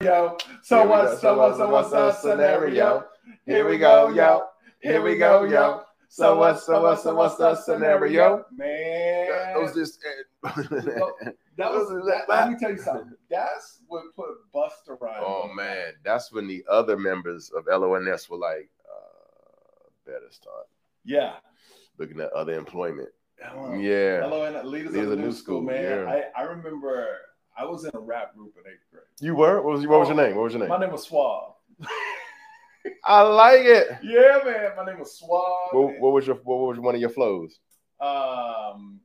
yo. So what's so what's so what's up scenario? Here we go, yo. Here we go, yo. So what's so what's so what's up scenario? Man, That was just. that was that, let me tell you something. That's what put Buster on. oh man, that's when the other members of LONS were like, uh, "Better start Yeah. looking at other employment." Hello. Yeah, Hello, and leaders, of the new school, man. I, I remember I was in a rap group in eighth grade. you were. What was, what was your name? What was your My name? name was Swab. I like it. Yeah, man. My name was Swab. What, what was your What was one of your flows? Um,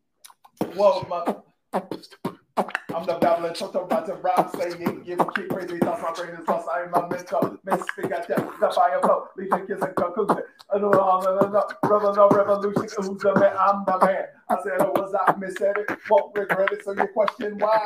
well, my, I'm the babbling toto about to rap, saying give keep crazy thoughts, my brain is lost. I am a mentor, mystic at death, the fire flow, leaving kids in conclusion. I know all the love, brother, no revolution. Who's the man? I'm the man. I said "Oh, it was I missaid it, won't regret it. So you question why?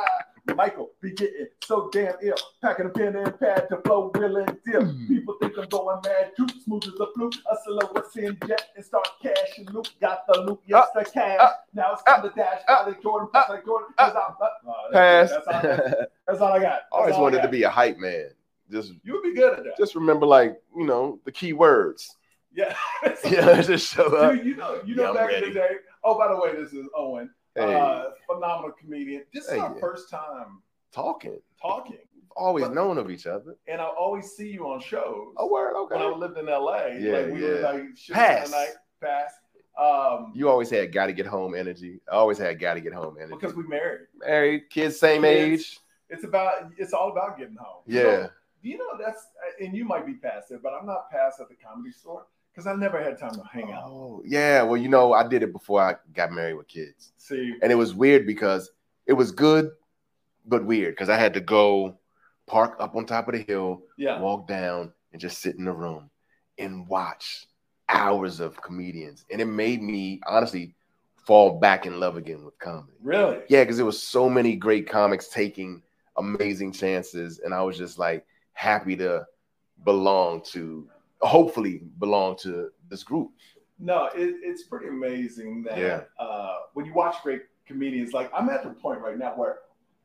Michael be getting so damn ill, packing a pen and pad to flow real and deal. Hmm. People think I'm going mad too, smooth as a flute. A silhouette sin jet and start cashing loot. Got the loot, yes, the cash. uh, now it's time to dash. Uh, Jordan, Jordan, pass like Jordan. uh, That's all- oh, that's Pass. it. That's all, that's, I that's all I got. That's always all I wanted got. to be a hype man. Just You would be good at that. just remember, like you know, the key words. yeah. Yeah, just show up. you, you know, you know, Yeah, I'm back in ready. the day. Oh, by the way, this is Owen, Hey, uh, phenomenal comedian. This is our Hey. first time talking. talking, Always But- known of each other. and I always see you on shows. Oh, word. Okay. when I lived in LA, Yeah, like we were yeah. like shit Pass. tonight, pass. Um, You always had got to get home energy. I always had got to get home energy. because we married. married, kids same Kids. age. It's about it's all about getting home. You Yeah. know, you know that's and you might be past it, but I'm not past at the comedy store because I never had time to hang out. Oh, yeah. Well, you know, I did it before I got married with kids. See, And it was weird because it was good, but weird because I had to go park up on top of the hill, yeah, walk down, and just sit in the room and watch hours of comedians. And it made me honestly fall back in love again with comedy. really, Yeah, because it was so many great comics taking amazing chances, and I was just like happy to belong to, hopefully belong to this group. No, it, it's pretty amazing that Yeah. uh, when you watch great comedians, like I'm at the point right now where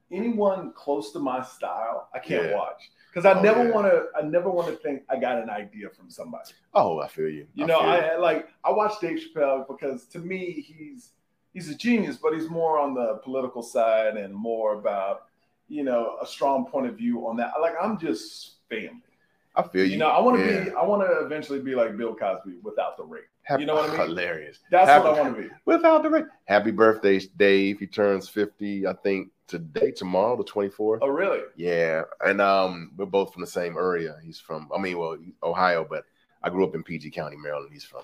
anyone close to my style, I can't Yeah. watch because I Oh, never yeah. want to. I never want to think I got an idea from somebody. Oh, I feel you. You know, feel you. I, I like I watch Dave Chappelle because to me he's he's a genius, but he's more on the political side and more about you know a strong point of view on that. Like I'm just family. I feel you. You know, I want to Yeah. be I want to eventually be like Bill Cosby without the rape. Happy- you know what I mean? Hilarious. That's Happy- what I want to be. Without the ring. Happy birthday, Dave. He turns 50, I think, today, tomorrow, the 24th. Oh really? Yeah. And um, we're both from the same area. He's from, I mean, well, Ohio, but I grew up in PG County, Maryland. He's from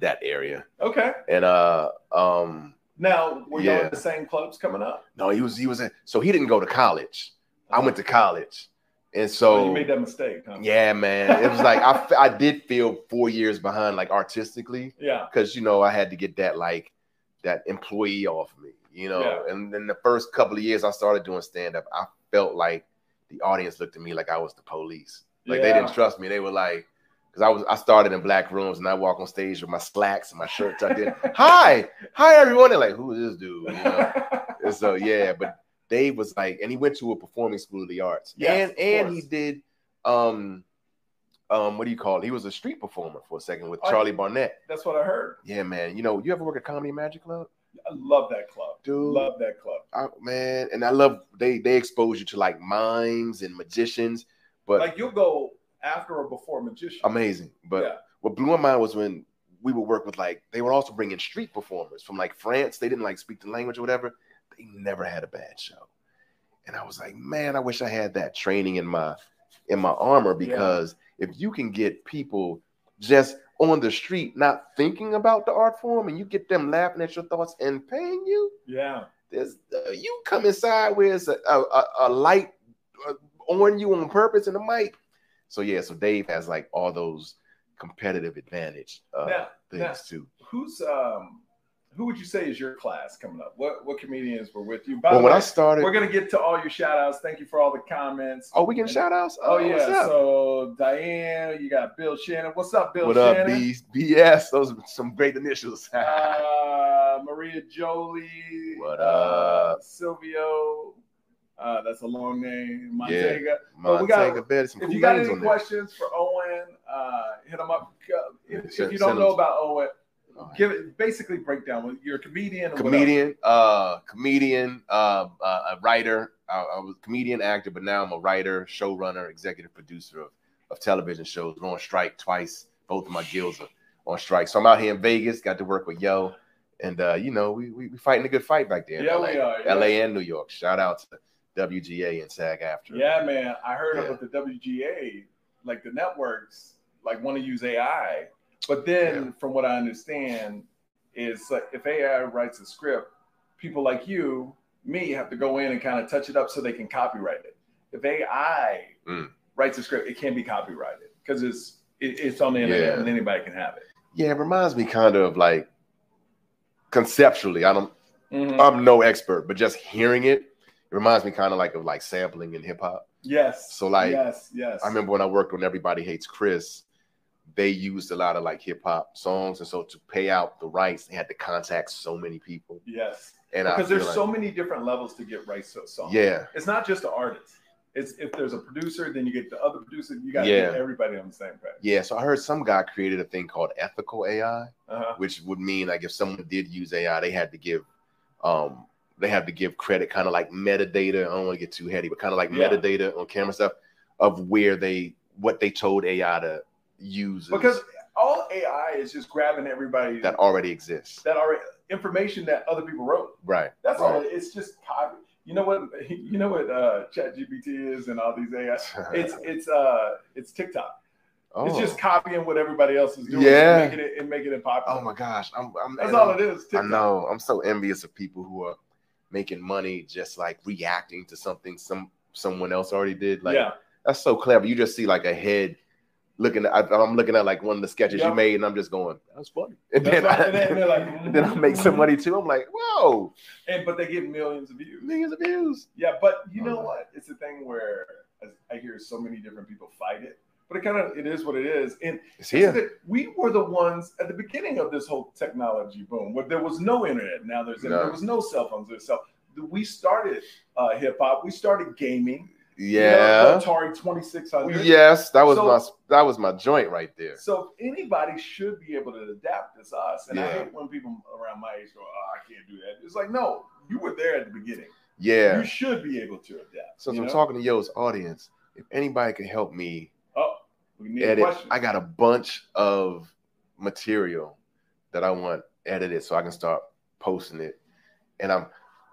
that area. Okay. And uh um Now were y'all Yeah. in the same clubs coming up? No, he was he was in, so he didn't go to college. I went to college, and so Oh, you made that mistake. Huh? yeah, man, it was like I fe- I did feel four years behind, like artistically, Yeah. because you know I had to get that like that employee off me, you know. Yeah. And then the first couple of years I started doing stand up, I felt like the audience looked at me like I was the police. Like they Yeah. didn't trust me. They were like, because I was I started in black rooms and I walk on stage with my slacks and my shirt tucked in. hi, hi everyone. They're like, who is this dude? You know? And so yeah, but Dave was like, and he went to a performing school of the arts. Yes, and and of he course. did um um what do you call it? He was a street performer for a second with Oh, Charlie Barnett. That's what I heard. Yeah, man. You know, you ever work at Comedy Magic Club? I love that club. Dude. Love that club. I- man, and I love they they expose you to like mimes and magicians, but Like you'll go after or before magician. amazing. But Yeah. what blew my mind was when we would work with like they would also bring in street performers from like France. They didn't like speak the language or whatever. They never had a bad show, and I was like, man, I wish I had that training in my in my armor because if you can get people just on the street not thinking about the art form and you get them laughing at your thoughts and paying you, Yeah. there's uh, you come inside where it's a, a, a, a light uh, on you on purpose in the mic. So yeah, so Dave has like all those competitive advantage uh, Now, things yeah. too. who's um who would you say is your class coming up? What what comedians were with you? By Well, the when I way, started, we're gonna get to all your shout outs. Thank you for all the comments. oh, we getting shout outs. Oh, yeah. So Diane, you got Bill Shannon. What's up, Bill what up, Shannon? B BS? Those are some great initials. uh Maria Jolie. What uh, up? Silvio. Uh, that's a long name, Yeah. Montega. But Montego we got- Bay, some If cool you got names any on there. questions for Owen, uh, hit him up. Uh, If, if Send- you send don't know him. about Owen, All right. give it basically breakdown. You're a comedian. what comedian, uh, comedian, uh, uh, a writer. I, I was a comedian, actor, but now I'm a writer, showrunner, executive producer of, of television shows. Been on strike twice. Both of my guilds are on strike. So I'm out here in Vegas. Got to work with Yo, and uh, you know we, we we fighting a good fight back there. in Yeah, LA. we are, yeah. LA and New York. Shout out to WGA and SAG after. else. Yeah, man. I heard Yeah. about the WGA, like the networks, like want to use AI. But then, from what I understand, is like if AI writes a script, people like you, me, have to go in and kind of touch it up so they can copyright it. If AI Mm. writes a script, it can't be copyrighted because it's it, it's on the internet Yeah. and anybody can have it. yeah. It reminds me kind of like conceptually. I don't. Mhm. I'm no expert, but just hearing it, it reminds me kind of like of like sampling in hip hop. Yes. So, like, yes, yes. I remember when I worked on Everybody Hates Chris, they used a lot of like hip hop songs, and so to pay out the rights, they had to contact so many people. Yes, And I because feel there's like- so many different levels to get rights to a song. yeah, it's not just the artist. It's if there's a producer, then you get the other producer. You got to Yeah. get everybody on the same page. yeah. So I heard some guy created a thing called ethical AI, Uh-huh. which would mean like if someone did use AI, they had to give, um, they had to give credit, kind of like metadata. I don't want to get too heady, but kind of like Yeah. metadata on camera stuff of where they what they told AI to use Because all AI is just grabbing everybody that that, already exists, already information that other people wrote. right? That's all. Right. It's just copy. You know what? You know what? Uh, Chat GPT is and all these AI. It's it's uh it's TikTok. It's Oh. just copying what everybody else is doing. Yeah. and making it and making it popular. Oh my gosh, I'm, I'm That's and all I'm- it is. I TikTok. know. I'm so envious of people who are making money just like reacting to something some someone else already did. Like yeah. that's so clever. You just see like a head looking. At, I, am looking at like one of the sketches Yeah. you made, and I'm just going, "That's funny." And That's then, right. I, And then- and they're like, then I make some mhm. money too. I'm like, "Whoa, And but they get millions of views. millions of views." Yeah, but you know Oh. what? It's a thing where as I hear so many different people fight it, but it kind of it is what it is. And It's this is here. it. we were the ones at the beginning of this whole technology boom, where there was no internet. Now there's No. there was no cell phones. There's cell. We started uh, hip hop. We started gaming. you know, Yeah. the Atari twenty six hundred. Yes, that was So- my that was my joint right there. So anybody should be able to adapt as us. And I Yeah. hate when people around my age go, "Oh, I can't do that." It's like, no, you were there at the beginning. Yeah. You should be able to adapt. So you I'm know? talking to yo's audience. If anybody can help me Oh, we need edit. a question. I got a bunch of material that I want edited so I can start posting it. And I'm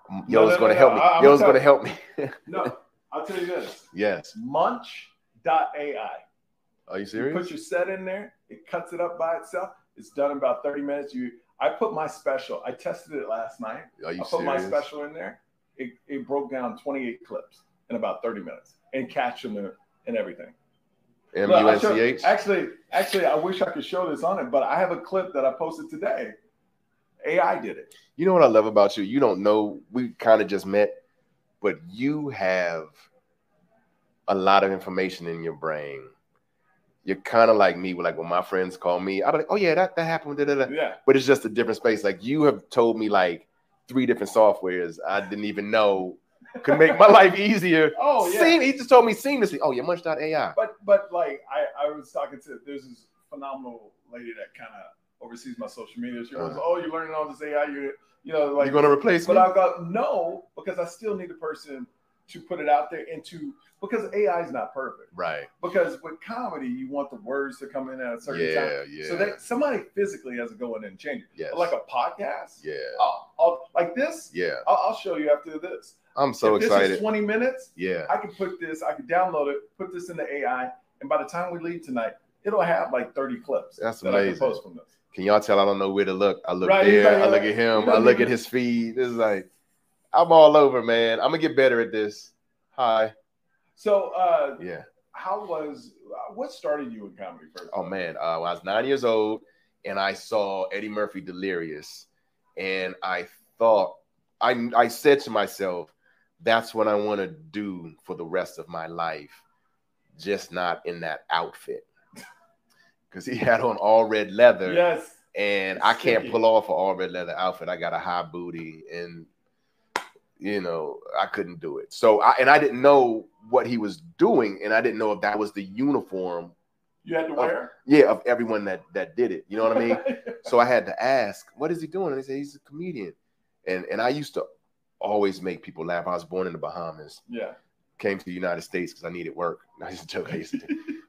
No, Yo's no, gonna no, help no. me. I- I'm Yo's gonna- gonna help me. No, I'll tell you this. yes. Munch.ai. Are you You serious? put your set in there, it cuts it up by itself. It's done in about 30 minutes. You I put my special, I tested it last night. Are you I put my serious? special in there. It, it broke down 28 clips in about 30 minutes and catch them and- and everything. M Look, U I N showed- C H. Actually, actually, I wish I could show this on it, but I have a clip that I posted today. AI did it. You know what I love about you? You don't know. We kind of just met, but you have a lot of information in your brain. You're kind of like me. Like when my friends call me, I'm like, "Oh yeah, that that happened." Da, da, da. Yeah. but it's just a different space. Like you have told me like three different softwares I didn't even know could make my life easier. Oh, yeah. Seam- he just told me seamlessly. Oh yeah, munch.ai. But but like I, I was talking to there's this phenomenal lady that kind of oversees my social media. She goes, Uh-huh. "Oh, you're learning all this AI. You you know Like, like." You're gonna replace but me? I go, "No," because I still need a person to put it out there and to because AI is not perfect. right. Because with comedy, you want the words to come in at a certain time. Yeah, yeah. So that somebody physically has to go in and change it. yes. But Like a podcast, yeah. I'll- I'll- like this, Yeah. I'll, I'll show you after this. I'm so if This excited. is 20 minutes. yeah. I can put this, I can download it, put this in the AI, and by the time we leave tonight, it'll have like 30 clips. That's that I can amazing. post from this. Can y'all tell I don't know where to look? I look Right, you there, gotta- I look at you him, I gotta look do at it. his feed. This is like I'm all over, man. I'm gonna get better at this. Hi. So, uh, Yeah. how was what started you in comedy first? Oh man, uh, when I was nine years old, and I saw Eddie Murphy delirious, and I thought, I I said to myself, that's what I want to do for the rest of my life, just not in that outfit, because he had on all red leather, yes, and I can't Sticky. pull off an all red leather outfit. I got a high booty, and you know, I couldn't do it. So I and I didn't know what he was doing, and I didn't know if that was the uniform, You had to wear. yeah, of everyone that that did it. Oh, You know what I mean? so I had to ask, what is he doing? And they said he's a comedian, and and I used to always make people laugh. I was born in the Bahamas, yeah. came to the United States because I needed work. I used to joke, I used to,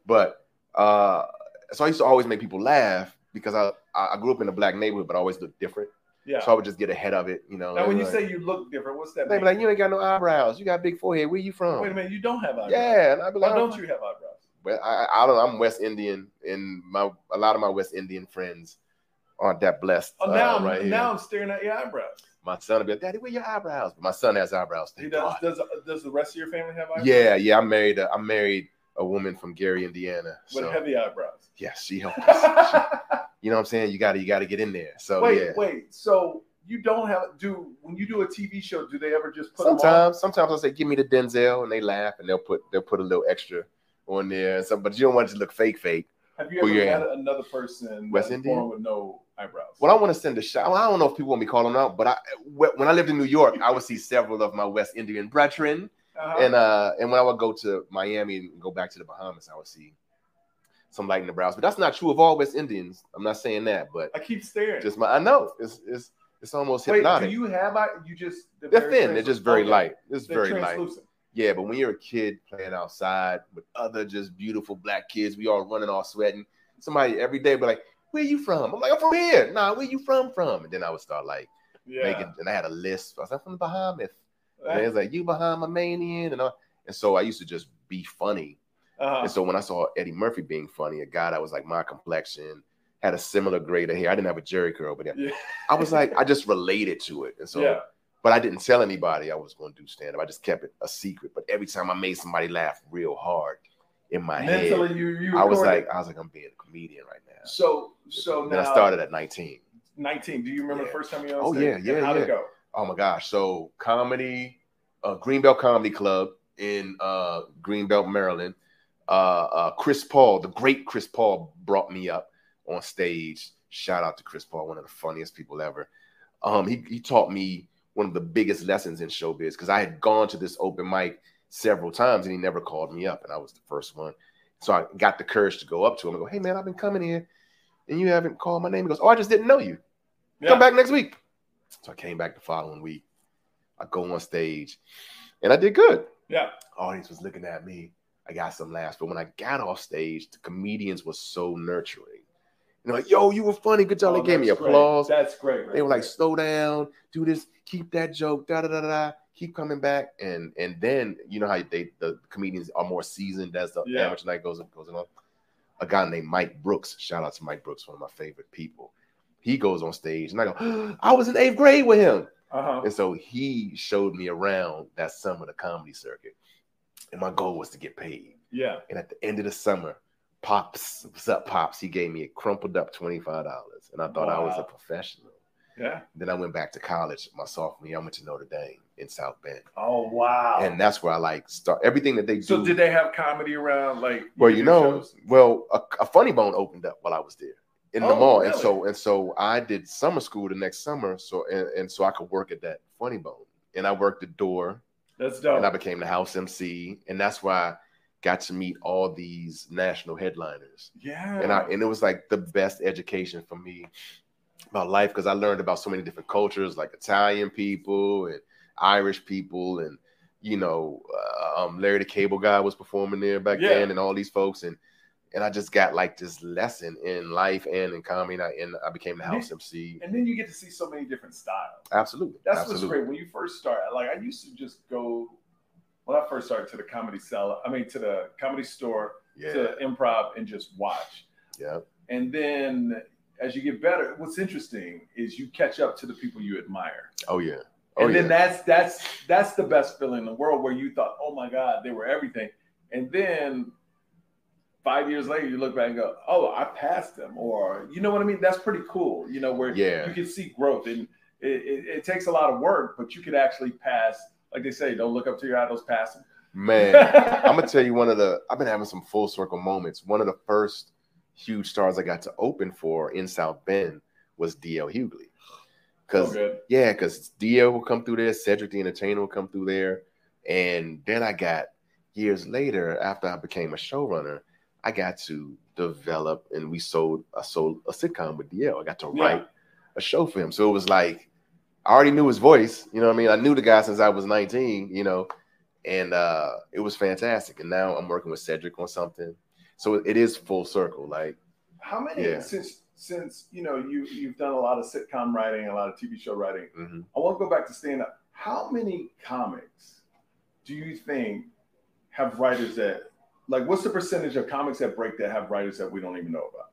but uh, so I used to always make people laugh because I I I grew up in a black neighborhood, but I always looked different. Yeah. So I would just get ahead of it, you know. now, and when you like- say you look different, what's that they mean? be like, you ain't got no eyebrows. You got a big forehead. Where you from? Wait a minute, you don't have eyebrows. Yeah, and I be Why like, don't you have eyebrows? Well, I, I don't. I'm West Indian, and my a lot of my West Indian friends aren't that blessed. Oh, uh, now, I'm, right here. now I'm staring at your eyebrows. my son will be like, Daddy, where your eyebrows? But my son has eyebrows. He thank does, God. does. Does the rest of your family have eyebrows? Yeah, yeah. I married. A, I married a woman from Gary, Indiana. With So heavy eyebrows. yeah, she helped us. She- you know what I'm saying? You got to, you got to get in there. So wait, yeah. wait. So you don't have do when you do a TV show? Do they ever just put them on? Sometimes, sometimes I'll say, "Give me the Denzel," and they laugh, and they'll put they'll put a little extra on there. And so, but you don't want it to look fake, fake. Have you ever Oh, yeah. met another person West that's Indian? born with no eyebrows? Well, I want to send a shout. I don't know if people want me calling them out, but I wh- when I lived in New York, I would see several of my West Indian brethren, uh-huh. and uh, and when I would go to Miami and go back to the Bahamas, I would see some light in the brows. But that's not true of all West Indians. I'm not saying that, but I keep staring. just my I know it's it's it's almost wait. Do hypnotic. you have eye? You just they're they're very thin. They're just very translucent. light. It's Okay, very they're light. translucent. Yeah, but when you're a kid playing outside with other just beautiful black kids, we all running, all sweating. Somebody every day be like, "Where you from?" I'm like, "I'm from here." Nah, where you from? From? And then I would start like Yeah. making, and I had a list. I was like, "I'm from the Bahamas." And Uh-huh. they was like, "You Bahama manian," and all. And so I used to just be funny. Uh-huh. And so when I saw Eddie Murphy being funny, a guy that was like my complexion, had a similar grade of hair. I didn't have a Jerry curl, but Yeah. I was like, I just related to it. And so yeah. but I didn't tell anybody I was going to do stand up. I just kept it a secret. But every time I made somebody laugh real hard in my Mentally, head, you you. I was recorded. like, I was like, I'm being a comedian right now. So so And now then I started at 19. 19. Do you remember the Yeah. first time you were on Oh, stage? yeah, And yeah, How'd it yeah. go? Oh my gosh! So comedy, uh, Greenbelt Comedy Club in uh, Greenbelt, Maryland. Uh, uh, Chris Paul, the great Chris Paul, brought me up on stage. Shout out to Chris Paul, one of the funniest people ever. Um, he he taught me one of the biggest lessons in showbiz because I had gone to this open mic several times and he never called me up, and I was the first one. So I got the courage to go up to him and go, "Hey man, I've been coming here, and you haven't called my name." He goes, "Oh, I just didn't know you." Yeah. Come back next week. So I came back the following week. I go on stage and I did good. Yeah. Audience was looking at me. I got some laughs. But when I got off stage, the comedians were so nurturing. You know, like, yo, you were funny. Good job. Oh, they gave me that's great. applause. That's great. They were like, slow down, do this, keep that joke, da da da da. da, Keep coming back, and and then you know how they the comedians are more seasoned as the Yeah. amateur night goes goes along. A guy named Mike Brooks, shout out to Mike Brooks, one of my favorite people. He goes on stage, and I go, I was in eighth grade with him, uh huh. and so he showed me around that summer the comedy circuit, and my goal was to get paid. Yeah. And at the end of the summer, Pops, what's up, Pops? He gave me a crumpled up twenty five dollars, and I thought I was Wow. a professional. Yeah. Then I went back to college my sophomore year. I went to Notre Dame in South Bend, Oh wow. and that's where I like start everything that they do. so did they have comedy around like well, you music know, shows? well, a, a funny bone opened up while I was there in the Oh, mall, and really? so and so I did summer school the next summer, so and, and so I could work at that funny bone, and I worked the door, That's dope. and I became the house MC, and that's why I got to meet all these national headliners yeah. and I and it was like the best education for me about life because I learned about so many different cultures, like Italian people and Irish people, and you know, uh, um, Larry the Cable Guy was performing there back Yeah. then, and all these folks, and and I just got like this lesson in life and in comedy, and I, and I became the house MC. and then you get to see so many different styles. Absolutely, That's absolutely. what's great. When you first start, like I used to just go when I first started to the comedy cellar, I mean to the comedy store, Yeah, to improv and just watch. yeah, And then as you get better, what's interesting is you catch up to the people you admire. oh yeah, oh and yeah. then that's that's that's the best feeling in the world where you thought, oh my God, they were everything. And then five years later you look back and go, Oh, I passed them or you know what I mean? That's pretty cool, you know, where Yeah. you can see growth and it, it, it takes a lot of work, but you could actually pass, like they say, don't look up to your idols, pass them. Man, I'm gonna tell you one of the I've been having some full circle moments. One of the first huge stars I got to open for in South Bend was DL Hughley. So Because good. yeah, because Dio will come through there, Cedric the Entertainer will come through there, and then I got years later after I became a showrunner, I got to develop and we sold I sold a sitcom with Dio. I got to Yeah. write a show for him, so it was like I already knew his voice. You know what I mean? I knew the guy since I was nineteen. You know, and uh, it was fantastic. And now I'm working with Cedric on something, so it it is full circle. Like How many Yeah. since since you know you you've done a lot of sitcom writing, a lot of TV show writing. mhm. I want to go back to stand up. How many comics do you think have writers that like? What's the percentage of comics that break that have writers that we don't even know about?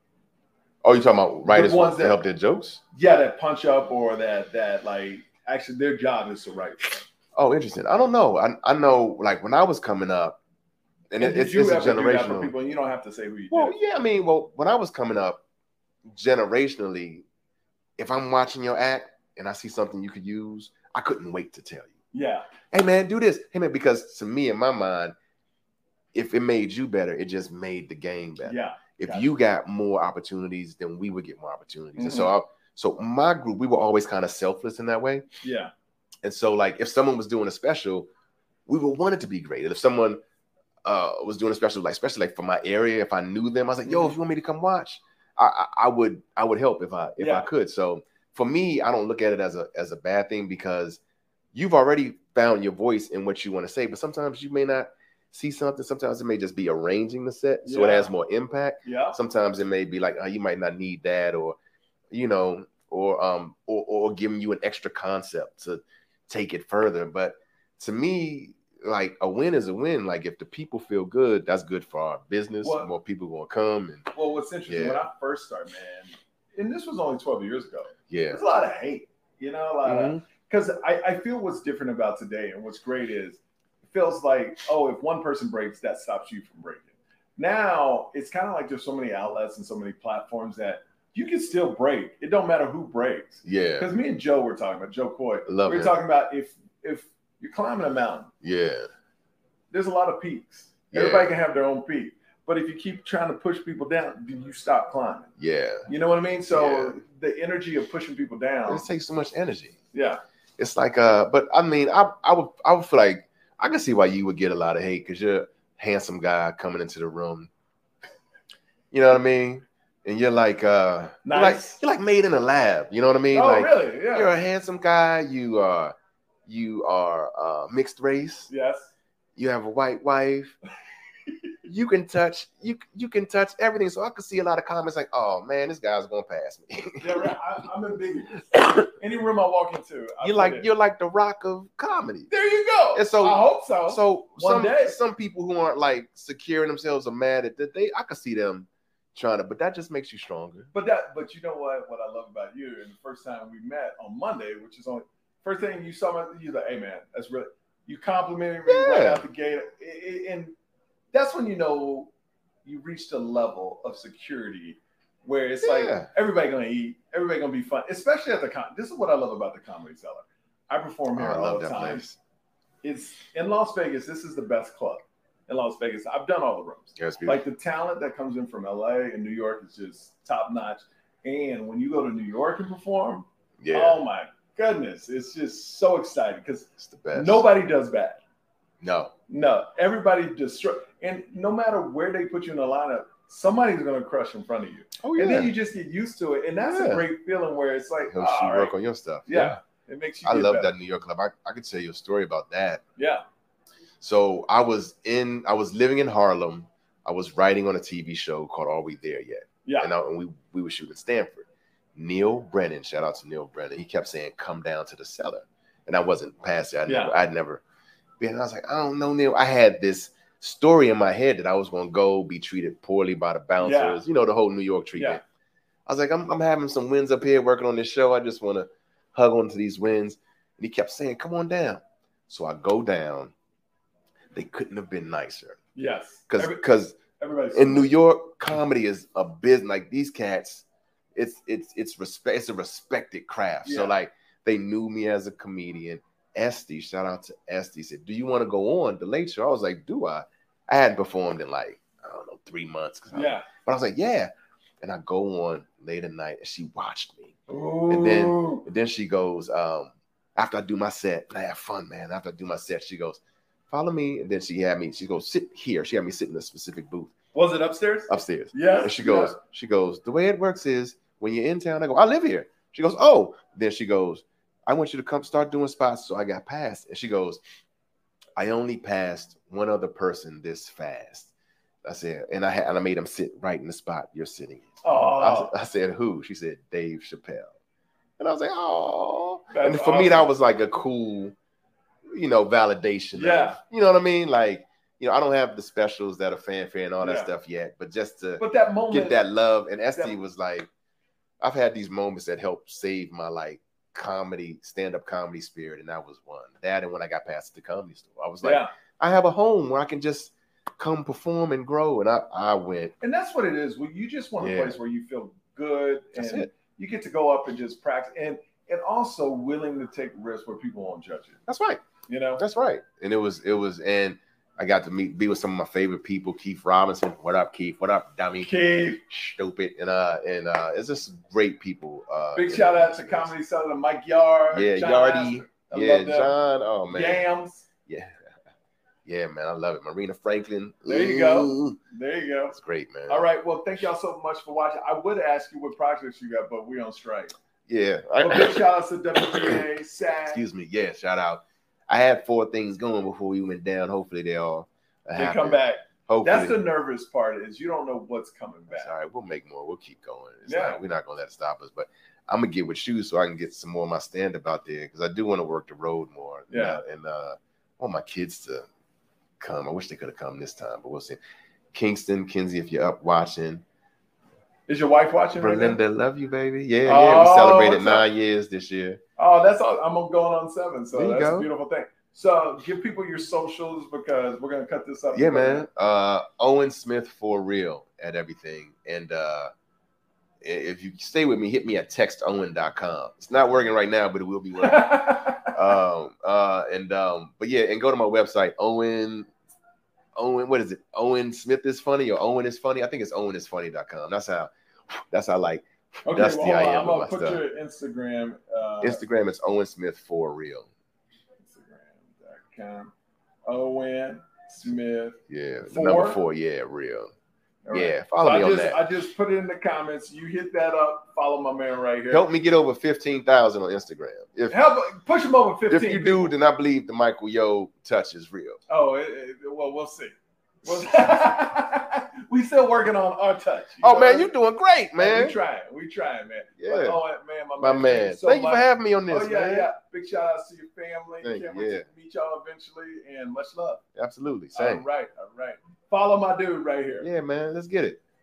oh, you talking about writers ones to that- help their jokes? Yeah, that punch up or that that like actually their job is to write. Oh, interesting. I don't know. I, I know, like when I was coming up, and it, did it's, you it's a ever do that for generational. people? And you don't have to say who you well, did. yeah, I mean, well, when I was coming up, generationally, if I'm watching your act and I see something you could use, I couldn't wait to tell you, Yeah, hey man, do this, hey man, because to me in my mind, if it made you better, it just made the game better. yeah, if Gotcha. you got more opportunities, then we would get more opportunities. And so, I, Mm-hmm. so my group, we were always kind of selfless in that way. yeah. And so, like, if someone was doing a special, we would want it to be great. And if someone uh, was doing a special, like, especially like for my area, if I knew them, I was like, "Yo, if you want me to come watch, I, I, I would, I would help if I, if Yeah. I could." So for me, I don't look at it as a, as a bad thing because you've already found your voice in what you want to say. But sometimes you may not see something. Sometimes it may just be arranging the set so it Yeah. has more impact Yeah. sometimes it may be like oh, you might not need that or you know or um or, or giving you an extra concept to take it further but to me like a win is a win like if the people feel good that's good for our business What- more people gonna come and Well, what's interesting Yeah. when I first started, man, and this was only 12 years ago, yeah there's a lot of hate, you know, a lot of Mhm. because I, I feel what's different about today and what's great is it feels like oh if one person breaks that stops you from breaking now it's kind of like there's so many outlets and so many platforms that you can still break it don't matter who breaks yeah because me and joe were talking about joe coy love we were it talking about if if you're climbing a mountain yeah there's a lot of peaks Yeah. everybody can have their own peak but if you keep trying to push people down do you stop climbing yeah you know what i mean so Yeah. the energy of pushing people down it takes so much energy yeah it's like uh but i mean i i would i would feel like i can see why you would get a lot of hate because you're a handsome guy coming into the room you know what i mean and you're like uh you're like- Nice. you're like made in a lab you know what i mean oh like really yeah you're a handsome guy you are you are uh mixed race yes you have a white wife you can touch you you can touch everything so i could see a lot of comments like oh man this guy's gonna pass me Yeah, right. I, I'm ambiguous. Any room I walk into, I you're put like it. you're like the rock of comedy There you go. And so- I hope so. So One some day. some people who aren't like securing themselves are mad at that. They I could see them trying to, but that just makes you stronger. but that, but you know what? What I love about you, and the first time we met on Monday, which is on first thing you saw, my, you was like, "Hey, man, that's really." You complimented me right Yeah. out the gate, I- I- and that's when you know you reached a level of security where it's like Yeah. everybody gonna eat, everybody gonna be fun, especially at the con. This is what I love about the comedy cellar. I perform here Oh, I all love the that time. place. it's in Las Vegas. This is the best club in Las Vegas. I've done all the rooms. Yeah, it's beautiful. Like the talent that comes in from LA and New York is just top notch. And when you go to New York and perform, yeah, oh my goodness, it's just so exciting because it's the best. nobody does bad. no, No, everybody destroy. And no matter where they put you in the lineup, somebody's going to crush in front of you. oh And then you just get used to it. And that's a Yeah. great feeling where it's like, Helps you all right, work on your stuff. Yeah. it makes you I get love better. that New York club. I, I could tell you a story about that. Yeah. So I was in, I was living in Harlem. I was writing on a TV show called Are We There Yet? Yeah. And, I, and we we were shooting Stanford. Neil Brennan, shout out to Neil Brennan. He kept saying, "Come down to the cellar," and I wasn't past it. I Yeah. never, I'd never been. And I was like, I don't know, Neil. I had this story in my head that I was going to go be treated poorly by the bouncers. You know, the whole New York treatment. I was like, I'm, I'm having some wins up here working on this show. I just want to hug onto these wins. And he kept saying, "Come on down." So I go down. They couldn't have been nicer Yes. because Every- because everybody's in New York, comedy is a business. Like these cats, it's it's it's respect. It's a respected craft. So Yeah. like they knew me as a comedian. Esty, shout out to Esty. Said, "Do you want to go on the late show?" I was like, "Do I?" I hadn't performed in like I don't know three months. 'cause I- Yeah. but I was like, "Yeah." And I go on late at night, and she watched me. Ooh. And then- And then she goes, um, after I do my set, and I have fun, man. After I do my set, she goes, follow me. And then she had me, she goes, sit here. She had me sit in a specific booth was it upstairs? upstairs. Yeah. And Uh, she goes, she goes, the way it works is when you're in town, I go, I live here. She goes, oh. Then she goes, I want you to come start doing spots. So I got passed. And she goes, I only passed one other person this fast. I said, and I had, and I made him sit right in the spot you're sitting. in. Yeah. Oh, I, I said, who? She said, Dave Chappelle. And I was like, oh. that's and for me, that awesome. was like a cool, you know, validation. of- Yeah. you know what I mean? Like, you know, I don't have the specials that are fanfare and all that Yeah. stuff yet, but just to But that moment. get that love. And Esty Yeah. was like, I've had these moments that helped save my like comedy, stand up comedy spirit, and that was one. That and when I got past the comedy store, I was like, yeah. I have a home where I can just come perform and grow. And I, I went, And that's what it is. Well, you just want a Yeah. place where you feel good That's and you get to go up and just practice and and also willing to take risks where people won't judge you. that's right. You know? That's right. And it was, it was, and I got to meet, be with some of my favorite people, Keith Robinson. What up, Keith? What up, dummy? Keith. Stupid. And uh, and uh, it's just great people. Uh, Big in shout out to the- Comedy Southern, Mike Yard. Yeah, John Yardy. Astor. I yeah, love them. John. Oh man. Yams. Yeah. Yeah, man. I love it. Marina Franklin. There you go. Ooh, There you go. That's great, man. All right. Well, thank y'all so much for watching. I would ask you what projects you got, but we on strike. Yeah. But big I, shout out to WPA, SAG. excuse me. Yeah, shout out. I had four things going before we went down. Hopefully they all They happen. come back. Hopefully. That's the nervous part is you don't know what's coming It's back. all right. We'll make more. We'll keep going. It's Yeah. not- we're not gonna let it stop us. But I'm gonna get with shoes so I can get some more of my stand up out there because I do want to work the road more. Yeah. Now, And uh I want my kids to come. I wish they could have come this time, but we'll see. Kingston, Kinsey, if you're up watching, Is your wife watching? right now? Belinda, love you, baby. Yeah, yeah. We Oh, celebrated what's up? nine years this year. Oh, that's all. I'm going on seven, so There you that's a go. beautiful thing. So give people your socials because we're gonna cut this up. Yeah, man. Uh, Owen Smith for real at everything. And uh, i- if you stay with me, hit me at textowen.com. It's not working right now, but it will be working. um, uh, and um, but yeah, and go to my website, Owen. Owen, what is it? Owen Smith is funny or Owen is funny? I think it's owenisfunny.com. That's how. That's how like okay, That's well, the hold on. I am I'm gonna of my put stuff. your Instagram. Uh, Instagram. It's Owen Smith for real. Instagram.com. Owen Smith. Yeah, the For? number four. Yeah, real. All right. Yeah, So follow I me on just that. I just put it in the comments. You hit that up. Follow my man right here. Help me get over 15,000 on Instagram. If Help push him over if fifteen. you do, then I believe the Michael Yo touch is real. Oh, it, it, well, we'll see. We'll- we still working on our touch. you Oh know? man, you're doing great, We man. trying. We trying, man. But, Yeah, oh, man, my, my man. thank man. you so Thank you for much. having me on this, Oh, yeah, man. yeah. Big shout outs to your family. Thank Can't you, wait yeah. to meet y'all eventually. And much love. Absolutely. All Same. right. All right. Follow my dude right here. Yeah, man. Let's get it.